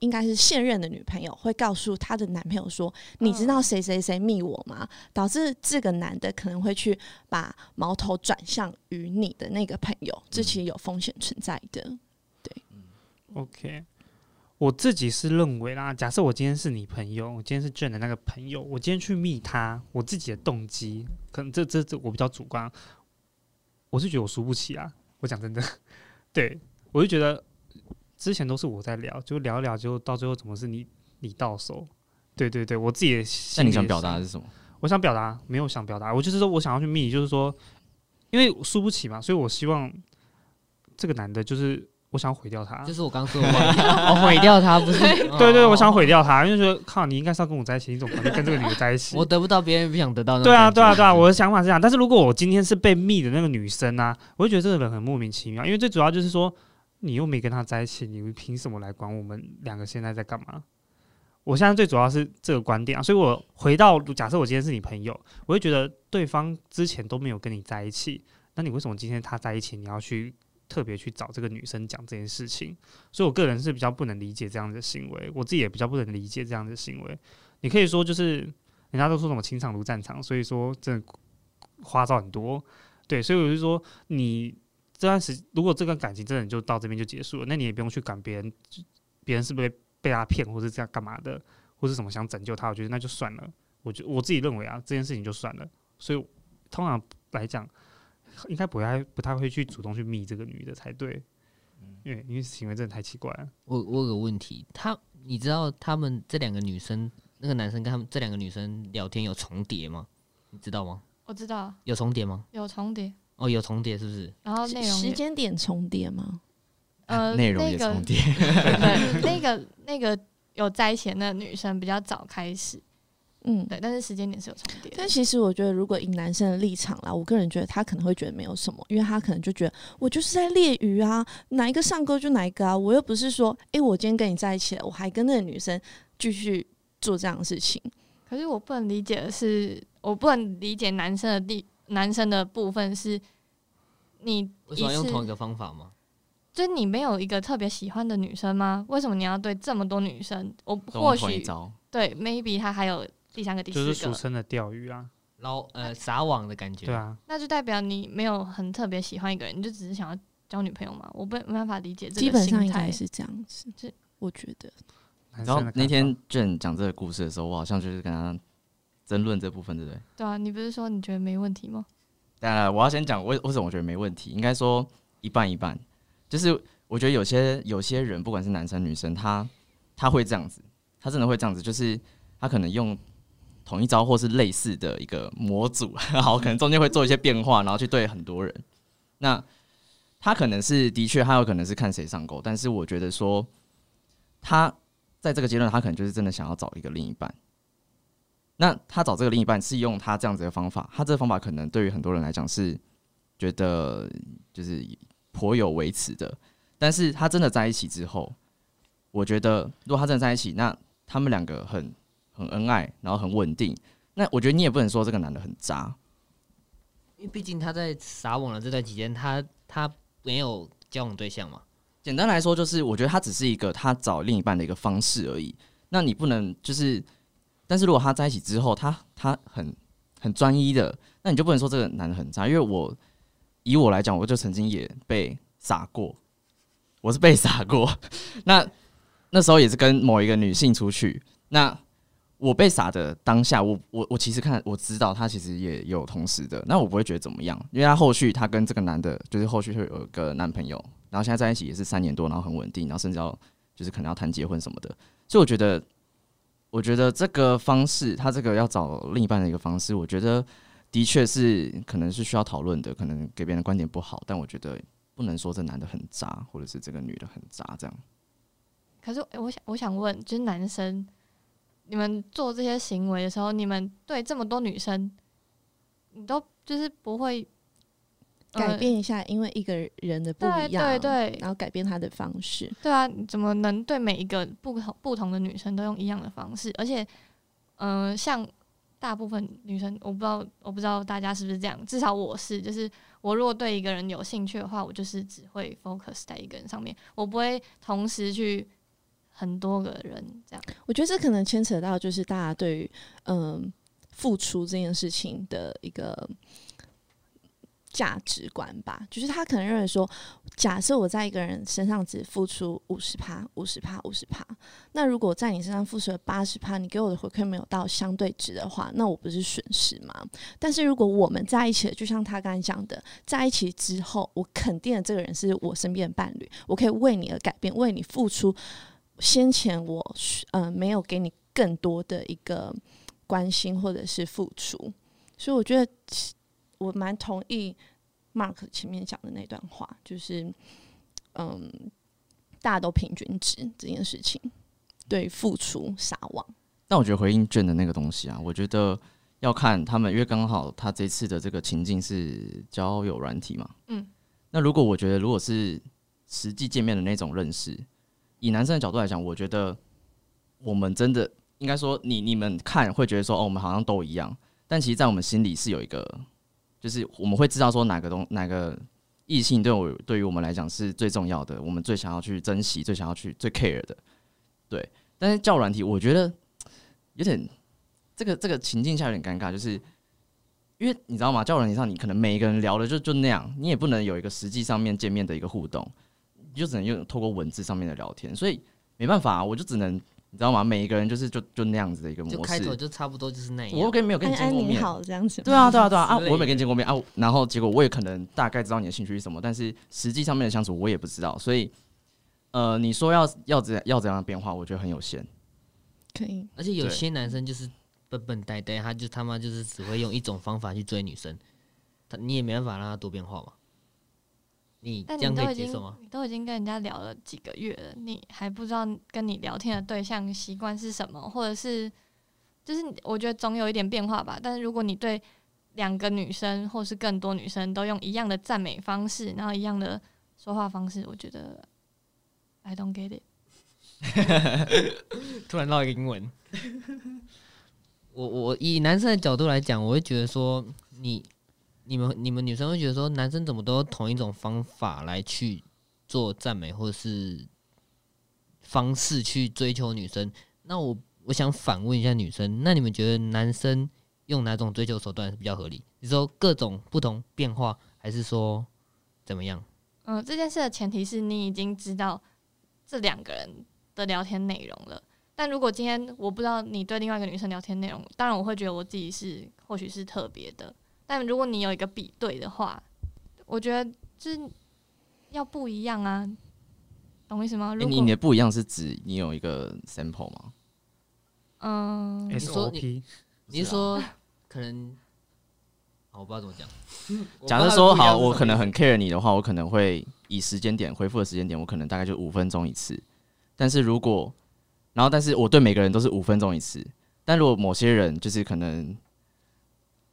应该是现任的女朋友会告诉她的男朋友说：“你知嗯道谁谁谁密我吗？”导致这个男的可能会去把矛头转向于你嗯的那个朋友，这其实有风险存在的。 OK，我自己是认为啦，假设我今天是你朋友，我今天是正的那个朋友，我今天去密他，我自己的动机，可能这这这我比较主观，我是觉得我输不起啊。我讲真的， 对我就觉得之前都是我在聊，就聊一聊，就到最后怎么是你你到手？对对对，我自己的那心里你也是。想表达的是什么？我想表达，没有想表达，我就是说我想要去密，就是说，因为我输不起嘛，所以我希望这个男的，就是我想毁掉他，就是我刚说的， 我毁掉他，不是？对对，哦我想毁掉他，因为觉得靠，你应该是要跟我在一起，你怎么可能跟这个女的在一 起我？得不到别人不想得到那种对啊，感觉。对啊，对啊，我的想法是这样。但是如果我今天是被密的那个女生啊，我会觉得这个人很莫名其妙，因为最主要就是说，你又没跟他在一起，你凭什么来管我们两个现在在干嘛？我现在最主要是这个观点啊，所以我回到假设我今天是你朋友，我会觉得对方之前都没有跟你在一起，那你为什么今天他在一起，你要去特别去找这个女生讲这件事情？所以我个人是比较不能理解这样的行为，我自己也比较不能理解这样的行为。你可以说就是人家都说什么情场如战场，所以说真的花招很多。对，所以我就说，你这段时如果这段感情真的就到这边就结束了，那你也不用去管别人，别人是不是被他骗，或是这样干嘛的，或是什么想拯救他，我觉得那就算了。我觉我自己认为啊，这件事情就算了。所以通常来讲，应该不太不太会去主动去密这个女的才对，嗯因为因为行为真的太奇怪了。我我有个问题，他你知道他们这两个女生，那个男生跟他们这两个女生聊天有重叠吗？你知道吗？我知道有重叠吗？有重叠，哦，有重叠是不是？然后哦内容也时间点重叠吗？呃内容也那个重叠， 对那个那个有在一起的那个女生比较早开始，嗯，对，但是时间点是有重叠的。但其实我觉得，如果以男生的立场啦，我个人觉得他可能会觉得没有什么，因为他可能就觉得我就是在猎鱼啊，哪一个上钩就哪一个啊，我又不是说，诶，我今天跟你在一起了，我还跟那个女生继续做这样的事情。可是我不能理解的是，我不能理解男生的地男生的部分是，你为什一么要用同一次个方法吗？就是你没有一个特别喜欢的女生吗？为什么你要对这么多女生？我都用或同一许招。对，maybe 他还有第三个、第就是四俗个，称的钓鱼啊，捞呃撒网的感觉。对啊，那就代表你没有很特别喜欢一个人，你就只是想要交女朋友嘛？我不没办法理解这个基本上心应态该是这样子这，我觉得。男然生后的看法那天卷讲这个故事的时候，我好像就是跟他争论这部分，对不对？对啊，你不是说你觉得没问题吗？当然了，我要先讲为为什么我觉得没问题，应该说一半一半。就是我觉得有些有些人，不管是男生女生，他他会这样子，他真的会这样子，就是他可能用同一招或是类似的一个模组， 然后可能中间会做一些变化，然后去对很多人。那他可能是的确，他有可能是看谁上钩，但是我觉得说他在这个阶段，他可能就是真的想要找一个另一半。那他找这个另一半是用他这样子的方法，他这个方法可能对于很多人来讲是觉得就是颇有微词的，但是他真的在一起之后，我觉得如果他真的在一起，那他们两个很很恩爱，然后很稳定，那我觉得你也不能说这个男的很渣，因为毕竟他在撒网的这段期间，他他没有交往对象嘛。简单来说，就是我觉得他只是一个他找另一半的一个方式而已。那你不能就是，但是如果他在一起之后，他他很很专一的，那你就不能说这个男的很渣，因为我以我来讲，我就曾经也被撒过，我是被撒过。那那时候也是跟某一个女性出去，那我被撒的当下，我我我其实看我知道他其实也有同时的，那我不会觉得怎么样，因为他后续他跟这个男的，就是后续会有一个男朋友，然后现在在一起也是三年多，然后很稳定，然后甚至要就是可能要谈结婚什么的，所以我觉得，我觉得这个方式，他这个要找另一半的一个方式，我觉得的确是可能是需要讨论的，可能给别人的观点不好，但我觉得不能说这男的很渣，或者是这个女的很渣这样。可是、诶我想我想问，就是男生，你们做这些行为的时候，你们对这么多女生，你都就是不会、呃改变一下，因为一个人的不对一样，对对然后改变他的方式。对啊，你怎么能对每一个不同不同的女生都用一样的方式？而且，嗯、像大部分女生，我不知道，我不知道大家是不是这样，至少我是，就是我如果对一个人有兴趣的话，我就是只会 focus 在一个人上面，我不会同时去很多个人这样。我觉得这可能牵扯到就是大家对于嗯付出这件事情的一个价值观吧，就是他可能认为说，假设我在一个人身上只付出五十趴、五十趴、五十趴，那如果在你身上付出了八十趴，你给我的回馈没有到相对值的话，那我不是损失吗？但是如果我们在一起了，就像他刚才讲的，在一起之后，我肯定了这个人是我身边的伴侣，我可以为你而改变，为你付出先前我呃没有给你更多的一个关心或者是付出，所以我觉得其我蛮同意 Mark 前面讲的那段话，就是嗯，大家都平均值这件事情，对付出撒网，但我觉得回应卷的那个东西啊，我觉得要看他们，因为刚好他这次的这个情境是交友软体嘛。嗯。那如果我觉得如果是实际见面的那种认识，以男生的角度来讲，我觉得我们真的应该说你你们看会觉得说哦，我们好像都一样，但其实，在我们心里是有一个，就是我们会知道说哪个东哪个异性对我对于我们来讲是最重要的，我们最想要去珍惜、最想要去最 care 的。对，但是交友软体，我觉得有点这个这个情境下有点尴尬，就是因为你知道吗？交友软件上你可能每一个人聊的就就那样，你也不能有一个实际上面见面的一个互动，你就只能用透过文字上面的聊天，所以没办法啊、我就只能你知道吗？每一个人就是就就那样子的一个模式。就开头就差不多就是那样。我又跟没有跟安你见安过你面，好这样子，对啊对啊对啊啊！之类的我也没跟你见过面啊，然后结果我也可能大概知道你的兴趣是什么，但是实际上面的相处我也不知道，所以呃，你说要要怎要怎样的变化，我觉得很有限。可以，而且有对些男生就是笨笨呆呆，他就他妈就是只会用一种方法去追女生，他你也没办法让他多变化嘛。你但这你样可都以已接受经吗？你都已经跟人家聊了几个月了，你还不知道跟你聊天的对象习惯是什么，或者是就是我觉得总有一点变化吧。但是如果你对两个女生或是更多女生都用一样的赞美方式，然后一样的说话方式，我觉得 I don't get it。突然唠一个英文。 我我以男生的角度来讲，我会觉得说，你你们你们女生会觉得说，男生怎么都用同一种方法来去做赞美或是方式去追求女生。那我我想反问一下女生，那你们觉得男生用哪种追求手段是比较合理？你说各种不同变化，还是说怎么样？嗯，这件事的前提是你已经知道这两个人的聊天内容了。但如果今天我不知道你对另外一个女生聊天内容，当然我会觉得我自己是或许是特别的。但如果你有一个比对的话，我觉得就是要不一样啊，懂我意思吗？诶如果你你的不一样是指你有一个 sample 吗？嗯，你说 SOP 你是说可能？好我不知道怎么讲。假设说好，我可能很 care 你的话，我可能会以时间点回复的时间点，我可能大概就五分钟一次。但是如果，然后但是我对每个人都是五分钟一次，但如果某些人就是可能，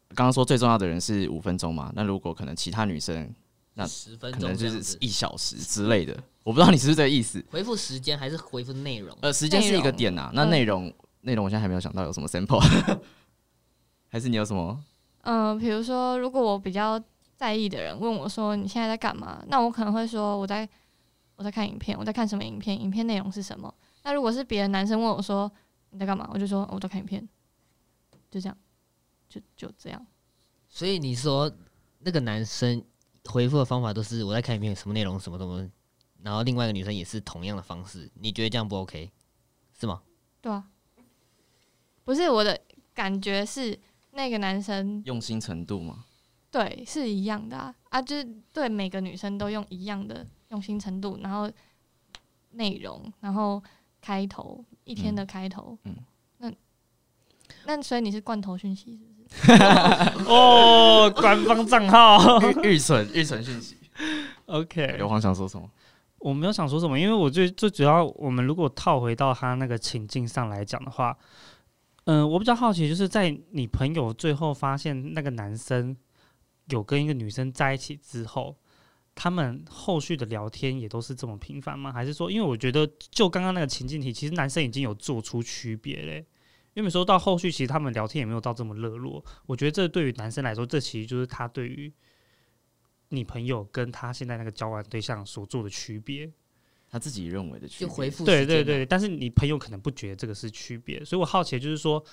刚刚说最重要的人是五分钟嘛，那如果可能其他女生那十分可钟能这就样是子。一小时之类的，我不知道你是不是这个意思。回复时间还是回复内容？呃，时间是一个点呐、那嗯内容内容我现在还没有想到有什么 sample，还是你有什么？嗯，比如说，如果我比较在意的人问我说你现在在干嘛，那我可能会说我在我在看影片，我在看什么影片，影片内容是什么。那如果是别的男生问我说你在干嘛，我就说、哦我在看影片，就这样，就就这样。所以你说那个男生回复的方法都是我在看影片，什么内容，什么什么，然后另外一个女生也是同样的方式，你觉得这样不 OK 是吗？对啊，不是我的感觉是那个男生用心程度 吗？对是一样的啊，啊就是对每个女生都用一样的用心程度，然后内容，然后开头一天的开头，嗯嗯，那那所以你是罐头讯息是不是？哦，官方账号预存预存讯息。 OK，刘皇想说什么？我没有想说什么，因为我最最主要，我们如果套回到他那个情境上来讲的话，嗯、我比较好奇，就是在你朋友最后发现那个男生有跟一个女生在一起之后，他们后续的聊天也都是这么频繁吗？还是说，因为我觉得就刚刚那个情境题，其实男生已经有做出区别嘞。因为说到后续，其实他们聊天也没有到这么热络。我觉得这对于男生来说，这其实就是他对于你朋友跟他现在那个交往对象所做的区别。他自己认为的区就别。回复对时间对啊对，但是你朋友可能不觉得这个是区别，所以我好奇的就是说，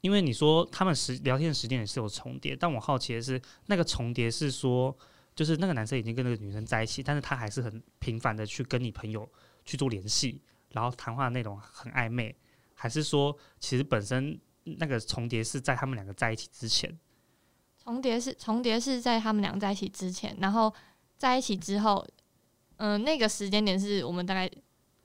因为你说他们时聊天时间也是有重叠，但我好奇的是那个重叠是说就是那个男生已经跟那个女生在一起，但是他还是很频繁的去跟你朋友去做联系，然后谈话内容很暧昧，还是说其实本身那个重叠是在他们两个在一起之前？重叠是重叠是在他们俩在一起之前，然后在一起之后，嗯、那个时间点是我们大概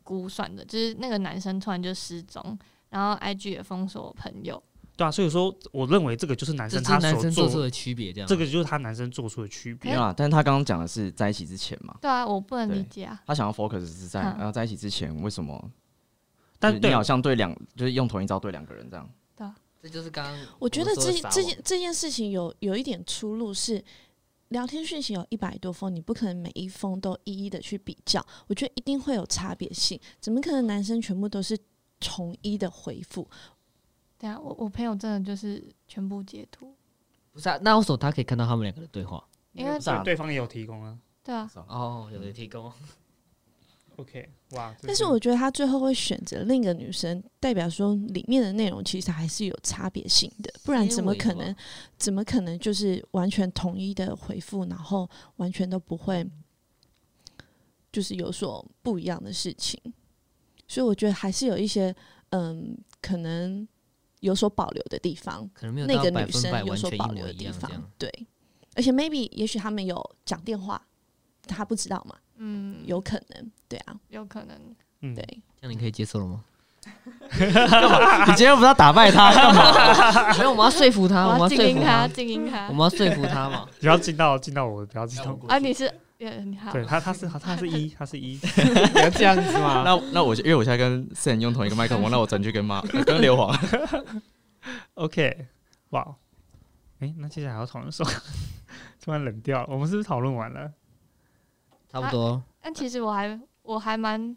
估算的，就是那个男生突然就失踪，然后 IG 也封锁我朋友，对啊，所以说我认为这个就是男这生是他男所生做出做，的区别，这样这个就是他男生做出的区没别。哎有啦，啊但是他刚刚讲的是在一起之前嘛，对啊，我不能对理解啊，他想要 focus 是在嗯然后在一起之前为什么？但就是对你好像对两就是用同一招对两个人这样，这就是刚刚我觉得说这的撒这件这件事情有有一点出入是。聊天讯息有一百多封，你不可能每一封都一一的去比较，我觉得一定会有差别性。怎么可能男生全部都是同一的回复？对啊，我我朋友真的就是全部截图，不是啊？那为什么他可以看到他们两个的对话？因为所以对方也有提供啊。对啊，哦，有人提供， OK，哇！这但是我觉得他最后会选择另一个女生，代表说里面的内容其实还是有差别性的，不然怎么可因为我有能啊？怎么可能就是完全统一的回复，然后完全都不会就是有所不一样的事情？所以我觉得还是有一些嗯，可能有所保留的地方。可能没有那到个百女分百生有完所全一保留模的一地样这方样。。对，而且 maybe 也许他们有讲电话，他不知道嘛，嗯，有可能。对啊，有可能，嗯对，这样你可以接受了 吗？你今天不是要打败他干嘛？ 没有，我们要说服他，啊我们我要要静说音服他，，静音他我们要说服他嘛。不要进到进到我，不要进到我。啊，你是也你好，对他，他是他是 一，他是一。不 要这样子嘛。 那那我因为我现在跟 Sen 用同一个麦克 风，那我转去跟妈呃跟刘皇。 OK，哇，诶，那接下来还要讨论什么？ 突然冷掉了，我们是不是讨论完了？差不多，但其实我还我还蛮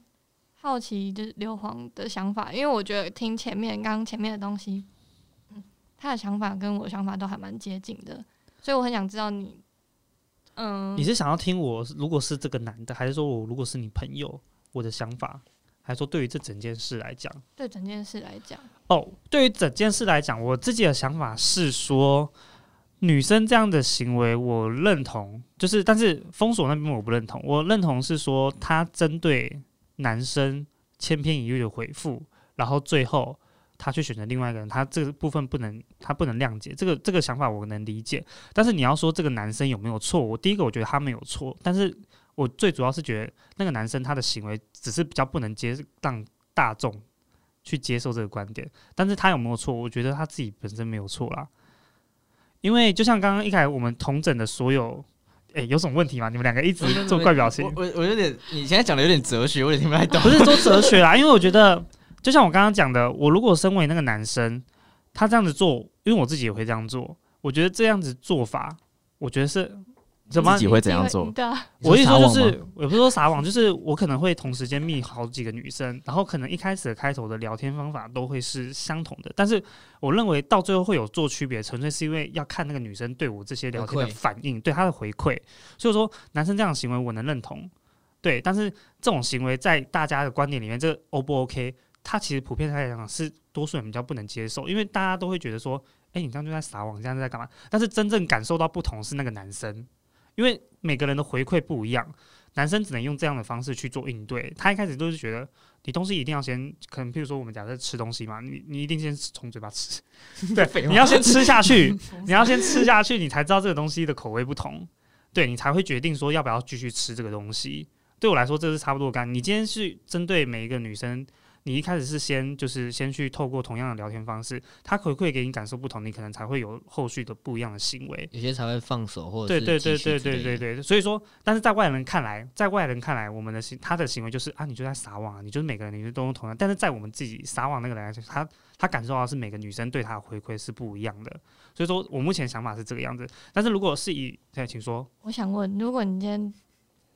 好奇，就是硫磺的想法，因为我觉得听前面刚刚前面的东西，嗯他的想法跟我的想法都还蛮接近的，所以我很想知道你，嗯你，是想要听我如果是这个男的，还是说我如果是你朋友我的想法，还是说对于这整件事来讲？对整件事来讲，哦，对于整件事来讲，我自己的想法是说，女生这样的行为我认同，就是但是封锁那边我不认同，我认同是说她针对男生千篇一律的回复，然后最后她去选择另外一个人，她这个部分不能，她不能谅解，这个这个想法我能理解，但是你要说这个男生有没有错，我第一个我觉得他没有错，但是我最主要是觉得那个男生他的行为只是比较不能接让大众去接受这个观点，但是他有没有错？我觉得他自己本身没有错啦，因为就像刚刚一开始我们同整的所有，诶、有什么问题吗？你们两个一直 做怪表情我，我我有点，你现在讲的有点哲学，我有点听不太懂。不是说哲学啊啦，因为我觉得，就像我刚刚讲的，我如果身为那个男生，他这样子做，因为我自己也会这样做，我觉得这样子做法，我觉得是怎么 自己会怎样你做？对啊，你我意思撒说就网吗是，也不是说撒网，就是我可能会同时间密好几个女生，然后可能一开始的开头的聊天方法都会是相同的，但是我认为到最后会有做区别，纯粹是因为要看那个女生对我这些聊天的回馈反应，对她的回馈。所以说，男生这样的行为我能认同，对，但是这种行为在大家的观点里面，这个 O 不 OK？他其实普遍来讲是多数人比较不能接受，因为大家都会觉得说，哎、你这样就在撒网，你这样在干嘛？但是真正感受到不同是那个男生，因为每个人的回馈不一样，男生只能用这样的方式去做应对。他一开始都是觉得你东西一定要先，可能譬如说我们假设吃东西嘛，你你一定先从嘴巴吃，对，你要先吃下去，你要先吃下去，你才知道这个东西的口味不同，对你才会决定说要不要继续吃这个东西。对我来说，这是差不多的概念。你今天是针对每一个女生，你一开始是先就是先去透过同样的聊天方式，她回馈给你感受不同，你可能才会有后续的不一样的行为。有些才会放手，或者对是对对继续对之类对的对对，所以说，但是在外人看来，在外人看来，我们的行他的行为就是啊，你就在撒网啊，你就是每个人你就都用同样，但是在我们自己撒网那个人来讲，他他感受到的是每个女生对他的回馈是不一样的，所以说我目前想法是这个样子。但是如果是以，对，请说，我想问，如果你今天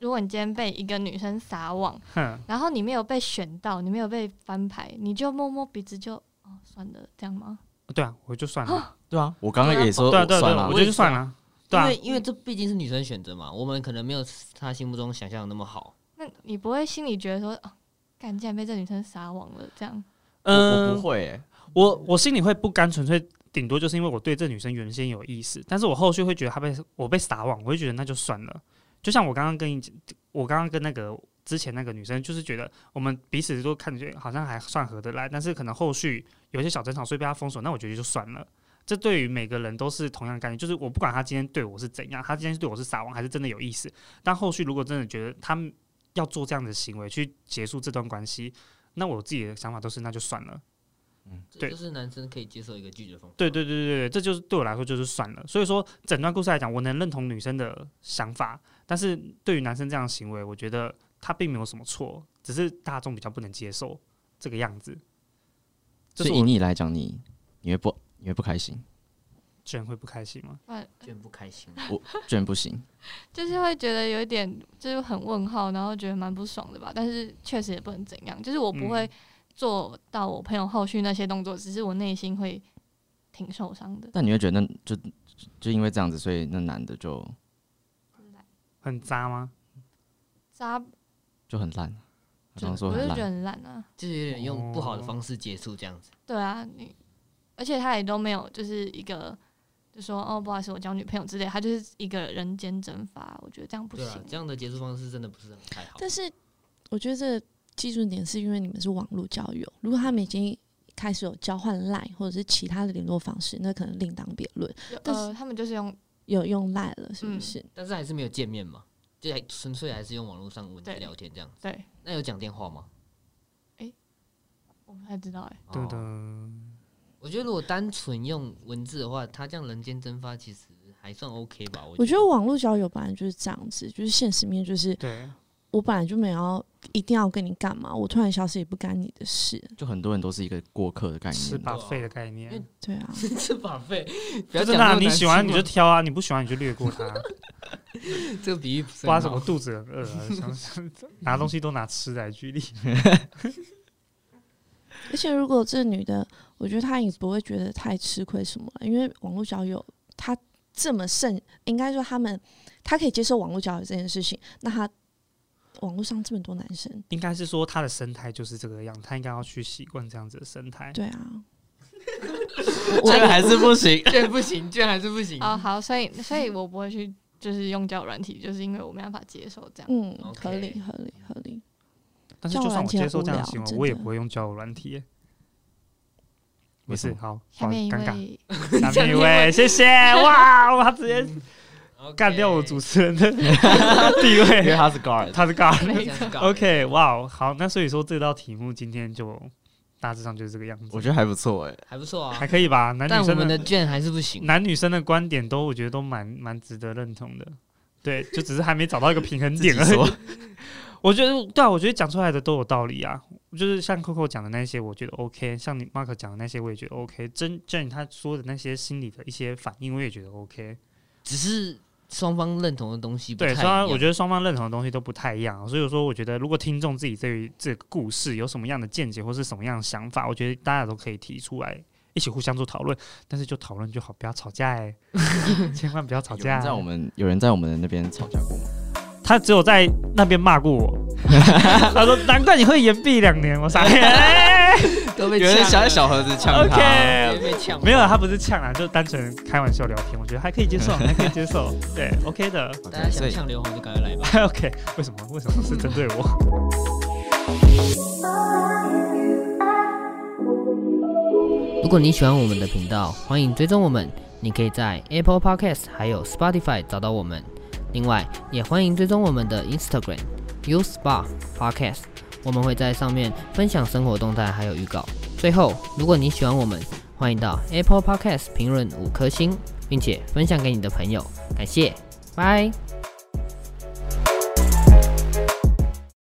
如果你今天被一个女生撒网，哼，然后你没有被选到，你没有被翻牌，你就摸摸鼻子就哦算了，这样吗？对啊，我就算了，对啊，我刚刚也说对啊对啊对算啊，了我，觉得就算了，对啊因，为因为这毕竟是女生选择嘛，我们可能没有她心目中想象的那么好。那你不会心里觉得说，哦，干，竟然被这女生撒网了，这样？我我嗯不，会欸，我我心里会不甘，纯粹顶多就是因为我对这女生原先有意思，但是我后续会觉得她被我被撒网，我会觉得那就算了。就像我刚刚跟你，我刚刚跟那个之前那个女生，就是觉得我们彼此都看觉好像还算合得来，但是可能后续有一些小争吵，所以被她封锁，那我觉得就算了。这对于每个人都是同样的概念，就是我不管她今天对我是怎样，她今天对我是撒网还是真的有意思，但后续如果真的觉得他们要做这样的行为去结束这段关系，那我自己的想法都是那就算了。这对就是男生可以接受一个拒绝方法。对对对对对，这就是对我来说就是算了。所以说，整段故事来讲，我能认同女生的想法，但是对于男生这样的行为，我觉得他并没有什么错，只是大众比较不能接受这个样子，这所是以我以你来讲，你你会不你会不开心，居然会不开心吗？居然不开心，居然不行。就是会觉得有一点就是很问号，然后觉得蛮不爽的吧。但是确实也不能怎样，就是我不会嗯做到我朋友后续那些动作，只是我内心会挺受伤的。但你会觉得那就就因为这样子，所以那男的就很渣吗？渣，就很烂。啊他就刚刚说我很就觉得烂，很烂啊。就是有点用不好的方式结束这样子。对啊，你而且他也都没有就是一个就说哦不好意思我交女朋友之类，他就是一个人间蒸发，我觉得这样不对行。啊，这样的结束方式真的不是很太好。但是我觉得这个基准点是因为你们是网络交友，如果他们已经开始有交换 Line 或者是其他的联络方式，那可能另当别论。就但呃，他们就是用有用 Line 了，是不嗯是？但是还是没有见面嘛，就还纯粹还是用网络上文字对聊天这样。对，那有讲电话吗？我不太知道哎、对哦的，我觉得如果单纯用文字的话，他这样人间蒸发其实还算 OK 吧。我我觉得网络交友本来就是这样子，就是现实面就是对，我本来就没有要一定要跟你干嘛，我突然消失也不干你的事，就很多人都是一个过客的概吃念。把对啊费的概因为念，对啊。 这把费，不要就讲真的那啊、么你难喜欢听你嘛就挑啊，你不喜欢你就略过 它，这个比喻不是很挖什 好么肚子很饿啊，想想拿东西都拿吃的来 举例。而且如果这女的，我觉得她也不会觉得太吃亏什么，因为网络交友她这么盛，应该说他们她可以接受网络交友这件事情，那她网络上这么多男生，应该是说他的生态就是这个样，他应该要去习惯这样子的生态。对啊，这个还是不行。居然不行，居然还是不啊行。哦好，所以所以我不会去就是用交友软体，就是因为我没办法接受这样。嗯 OK 合理合理合理。但是就算我接受这样的行交友软件很无为，我也聊不会用交友软体耶。没为什事，么好，下好面一尴尬。位，下面一位，谢谢哇！我直接干掉我主持人的 地因为位，他是 guard，他是尬。 没 OK，哇，哦好，那所以说这道题目今天就大致上就是这个样我子，觉得还不错哎。还不错还啊。可以吧？男但女我生们的的卷还是不行，男女生的观点都，我觉得都蛮蛮值得认同的。对，就只是还没找到一个平衡点而自己已说。 我觉得对啊，我觉得讲出来的都有道理啊。就是像 Coco 讲的那些，我觉得 OK；像你 Mark 讲的那些，我也觉得 OK。真正他说的那些心理的一些反应，我也觉得 OK。只是双方认同的东西不太对，一虽然样。我觉得双方认同的东西都不太一样，所以说我觉得如果听众自己对于这个故事有什么样的见解或是什么样的想法，我觉得大家都可以提出来，一起互相做讨论。但是就讨论就好，不要吵架哎、 千万不要吵有架。欸人在我们有人在我们的那边吵架过吗？他只有在那边骂过我， 他说难怪你会延毕两年，我傻眼。哎都被有人想在小盒子呛他。直 OK，接被呛啊没有，他不是呛啊，就单纯开玩笑聊天，我觉得还可以接受，还可以接受，对，OK 的 大家 OK，所想以呛刘红就赶快来吧。 ，OK。为什么？为什么是针对我？如果你喜欢我们的频道，欢迎追踪我们。你可以在 Apple Podcast 还有 Spotify 找到我们。另外，也欢迎追踪我们的 Instagram U Spa Podcast，我们会在上面分享生活动态还有预告。最后，如果你喜欢我们，欢迎到 Apple Podcast 评论五颗星，并且分享给你的朋友。感谢，拜。